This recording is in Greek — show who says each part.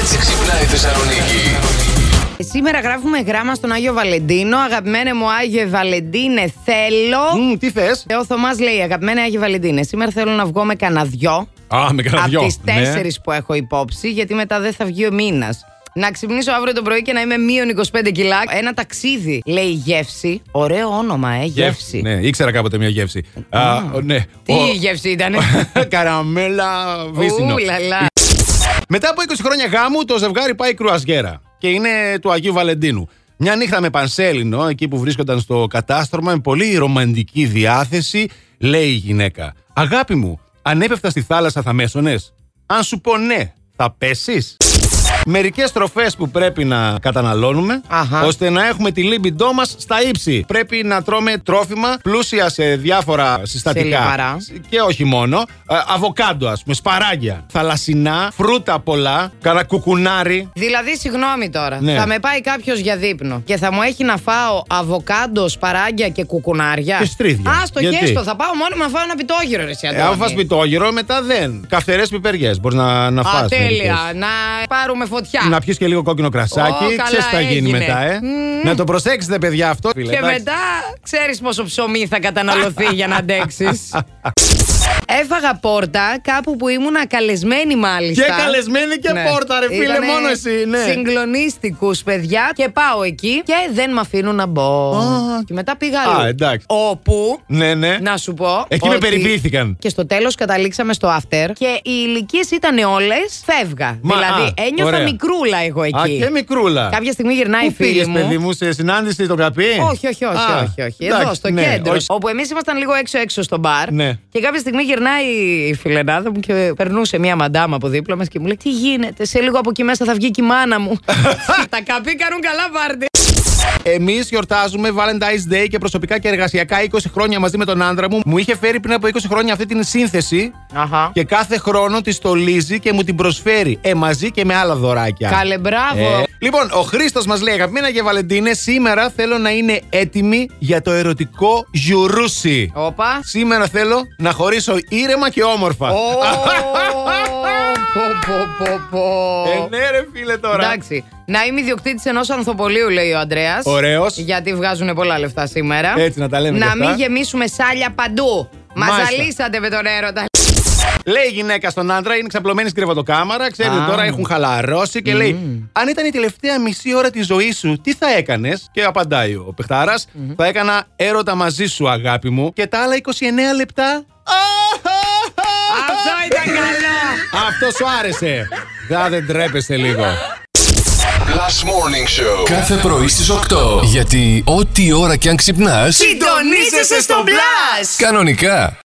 Speaker 1: έτσι ξυπνάει η Θεσσαλονίκη.
Speaker 2: Ε, Σήμερα γράφουμε γράμμα στον Άγιο Βαλεντίνο. Αγαπημένε μου Άγιο Βαλεντίνε, θέλω.
Speaker 3: Μμ, τι θες.
Speaker 2: Ο Θωμάς λέει: Αγαπημένε Άγιο Βαλεντίνε, σήμερα θέλω να βγω με κανένα δυο.
Speaker 3: Α, με κανένα
Speaker 2: Από
Speaker 3: δυο.
Speaker 2: τις
Speaker 3: Ναι.
Speaker 2: τέσσερις που έχω υπόψη, γιατί μετά δεν θα βγει ο μήνας. Να ξυπνήσω αύριο το πρωί και να είμαι μείον 25 κιλά. Ένα ταξίδι, λέει γεύση. Ωραίο όνομα, ε, γεύση.
Speaker 3: Ναι, ήξερα κάποτε μια γεύση. Α, ναι.
Speaker 2: Τι
Speaker 3: Ο-
Speaker 2: γεύση ήταν.
Speaker 3: Καραμέλα βύσινο.
Speaker 2: Ούλαλα.
Speaker 3: Μετά από 20 χρόνια γάμου, το ζευγάρι πάει κρουαζιέρα και είναι του Αγίου Βαλεντίνου. Μια νύχτα με πανσέλινο, εκεί που βρίσκονταν στο κατάστρωμα, με πολύ ρομαντική διάθεση, λέει η γυναίκα: Αγάπη μου, αν έπεφτα στη θάλασσα θα μέσωνες. Αν σου πω ναι, θα πέσεις. Μερικές τροφές που πρέπει να καταναλώνουμε,
Speaker 2: Αχα.
Speaker 3: ώστε να έχουμε τη λίμπιντό μας στα ύψη. Πρέπει να τρώμε τρόφιμα πλούσια σε διάφορα συστατικά.
Speaker 2: λιπαρά.
Speaker 3: Και όχι μόνο. Ε, Αβοκάντο, ας πούμε, σπαράγγια. Θαλασσινά, φρούτα πολλά. Κανα κουκουνάρι.
Speaker 2: Δηλαδή, συγγνώμη τώρα.
Speaker 3: Ναι.
Speaker 2: Θα με πάει κάποιος για δείπνο και θα μου έχει να φάω αβοκάντο, σπαράγγια και κουκουνάρια.
Speaker 3: Και στρίδια.
Speaker 2: Α το
Speaker 3: Γιατί?
Speaker 2: γέστο, θα πάω μόνο να φάω ένα πιτόγυρο, ρε
Speaker 3: Ε, αν φας πιτόγυρο, μετά δεν. Καυτερέ πιπεριέ. Μπορείς να, να φας
Speaker 2: Α, τέλεια.
Speaker 3: μερικές.
Speaker 2: Να πάρουμε φωτιά.
Speaker 3: Να πιεις και λίγο κόκκινο κρασάκι.
Speaker 2: Ω, καλά
Speaker 3: Ξέρεις τι θα γίνει
Speaker 2: έγινε.
Speaker 3: μετά, ε.
Speaker 2: Μμμ.
Speaker 3: Να το προσέξετε, παιδιά, αυτό. φίλε,
Speaker 2: Και
Speaker 3: εντάξει.
Speaker 2: μετά ξέρεις πόσο ψωμί θα καταναλωθεί για να αντέξεις. Έφαγα πόρτα κάπου που ήμουνα καλεσμένη μάλιστα.
Speaker 3: Και καλεσμένη και πόρτα, ρε φίλε,
Speaker 2: Ναι. Ήτανε
Speaker 3: μόνο εσύ, ναι.
Speaker 2: Συγκλονίστικους, παιδιά. Και πάω εκεί και δεν με αφήνουν να μπω.
Speaker 3: Α.
Speaker 2: και μετά πήγα αλλού.
Speaker 3: Α, εντάξει.
Speaker 2: Όπου.
Speaker 3: Ναι, ναι.
Speaker 2: Να σου πω.
Speaker 3: Εκεί με
Speaker 2: ότι-
Speaker 3: περιποιήθηκαν.
Speaker 2: Και στο τέλος καταλήξαμε στο after και οι ηλικίες ήταν όλες φεύγα.
Speaker 3: Μα,
Speaker 2: δηλαδή,
Speaker 3: α,
Speaker 2: ένιωθα
Speaker 3: ωραία.
Speaker 2: μικρούλα εγώ εκεί.
Speaker 3: Α, και μικρούλα.
Speaker 2: Κάποια στιγμή γυρνάει η
Speaker 3: Πού
Speaker 2: φίλη
Speaker 3: πήγες,
Speaker 2: μου.
Speaker 3: παιδί μου, σε συνάντηση στο καπί.
Speaker 2: Όχι, όχι, όχι.
Speaker 3: Ε. Α,
Speaker 2: όχι, όχι. Εδώ,
Speaker 3: εντάξει,
Speaker 2: στο
Speaker 3: ναι,
Speaker 2: κέντρο.
Speaker 3: όχι.
Speaker 2: Όπου εμείς ήμασταν λίγο έξω-έξω στο μπαρ.
Speaker 3: Ναι.
Speaker 2: Και κάποια στιγμή γυρνάει η φιλενάδα μου και περνούσε μία μαντάμα από δίπλα μας και μου λέει: Τι γίνεται, σε λίγο από εκεί μέσα θα βγει και η μάνα μου. Τα καπί κάνουν καλά πάρτι.
Speaker 3: Εμείς γιορτάζουμε Valentine's Day και προσωπικά και εργασιακά 20 χρόνια μαζί με τον άντρα μου. Μου είχε φέρει πριν από 20 χρόνια αυτή την σύνθεση
Speaker 2: Αχα.
Speaker 3: και κάθε χρόνο τη στολίζει και μου την προσφέρει. Ε, μαζί και με άλλα δωράκια.
Speaker 2: Καλέ, μπράβο.
Speaker 3: Ε, λοιπόν, ο Χρήστος μας λέει: Αγαπημένα και Βαλεντίνε, σήμερα θέλω να είναι έτοιμη για το ερωτικό γιουρούσι.
Speaker 2: Όπα.
Speaker 3: Σήμερα θέλω να χωρίσω ήρεμα και όμορφα.
Speaker 2: Ω, πω, πω, πω, πω.
Speaker 3: Ε, ναι, ρε φίλε τώρα.
Speaker 2: Εντάξει. Να είμαι ιδιοκτήτης ενός ανθοπολίου, λέει ο Αντρέα.
Speaker 3: Ωραίος.
Speaker 2: Γιατί βγάζουν πολλά λεφτά σήμερα.
Speaker 3: Έτσι, να τα λέμε
Speaker 2: Να
Speaker 3: και αυτά.
Speaker 2: μην γεμίσουμε σάλια παντού. Μας
Speaker 3: Μάλιστα.
Speaker 2: ζαλίσατε με τον έρωτα.
Speaker 3: Λέει η γυναίκα στον άντρα, είναι ξαπλωμένη στην κρεβατοκάμαρα, ξέρετε
Speaker 2: Α.
Speaker 3: τώρα έχουν χαλαρώσει και λέει: Αν ήταν η τελευταία μισή ώρα της ζωής σου, τι θα έκανες. Και απαντάει ο παιχταρα Θα έκανα έρωτα μαζί σου, αγάπη μου, και τα άλλα 29 λεπτά.
Speaker 2: Αυτό ήταν καλό.
Speaker 3: Αυτό σου άρεσε. Δα δεν τρέπεστε λίγο.
Speaker 1: Last Morning Show.
Speaker 4: Κάθε πρωί στις 8. Γιατί ό,τι ώρα κι αν ξυπνάς,
Speaker 2: Συντονίζεσαι στο μπλα!
Speaker 4: κανονικά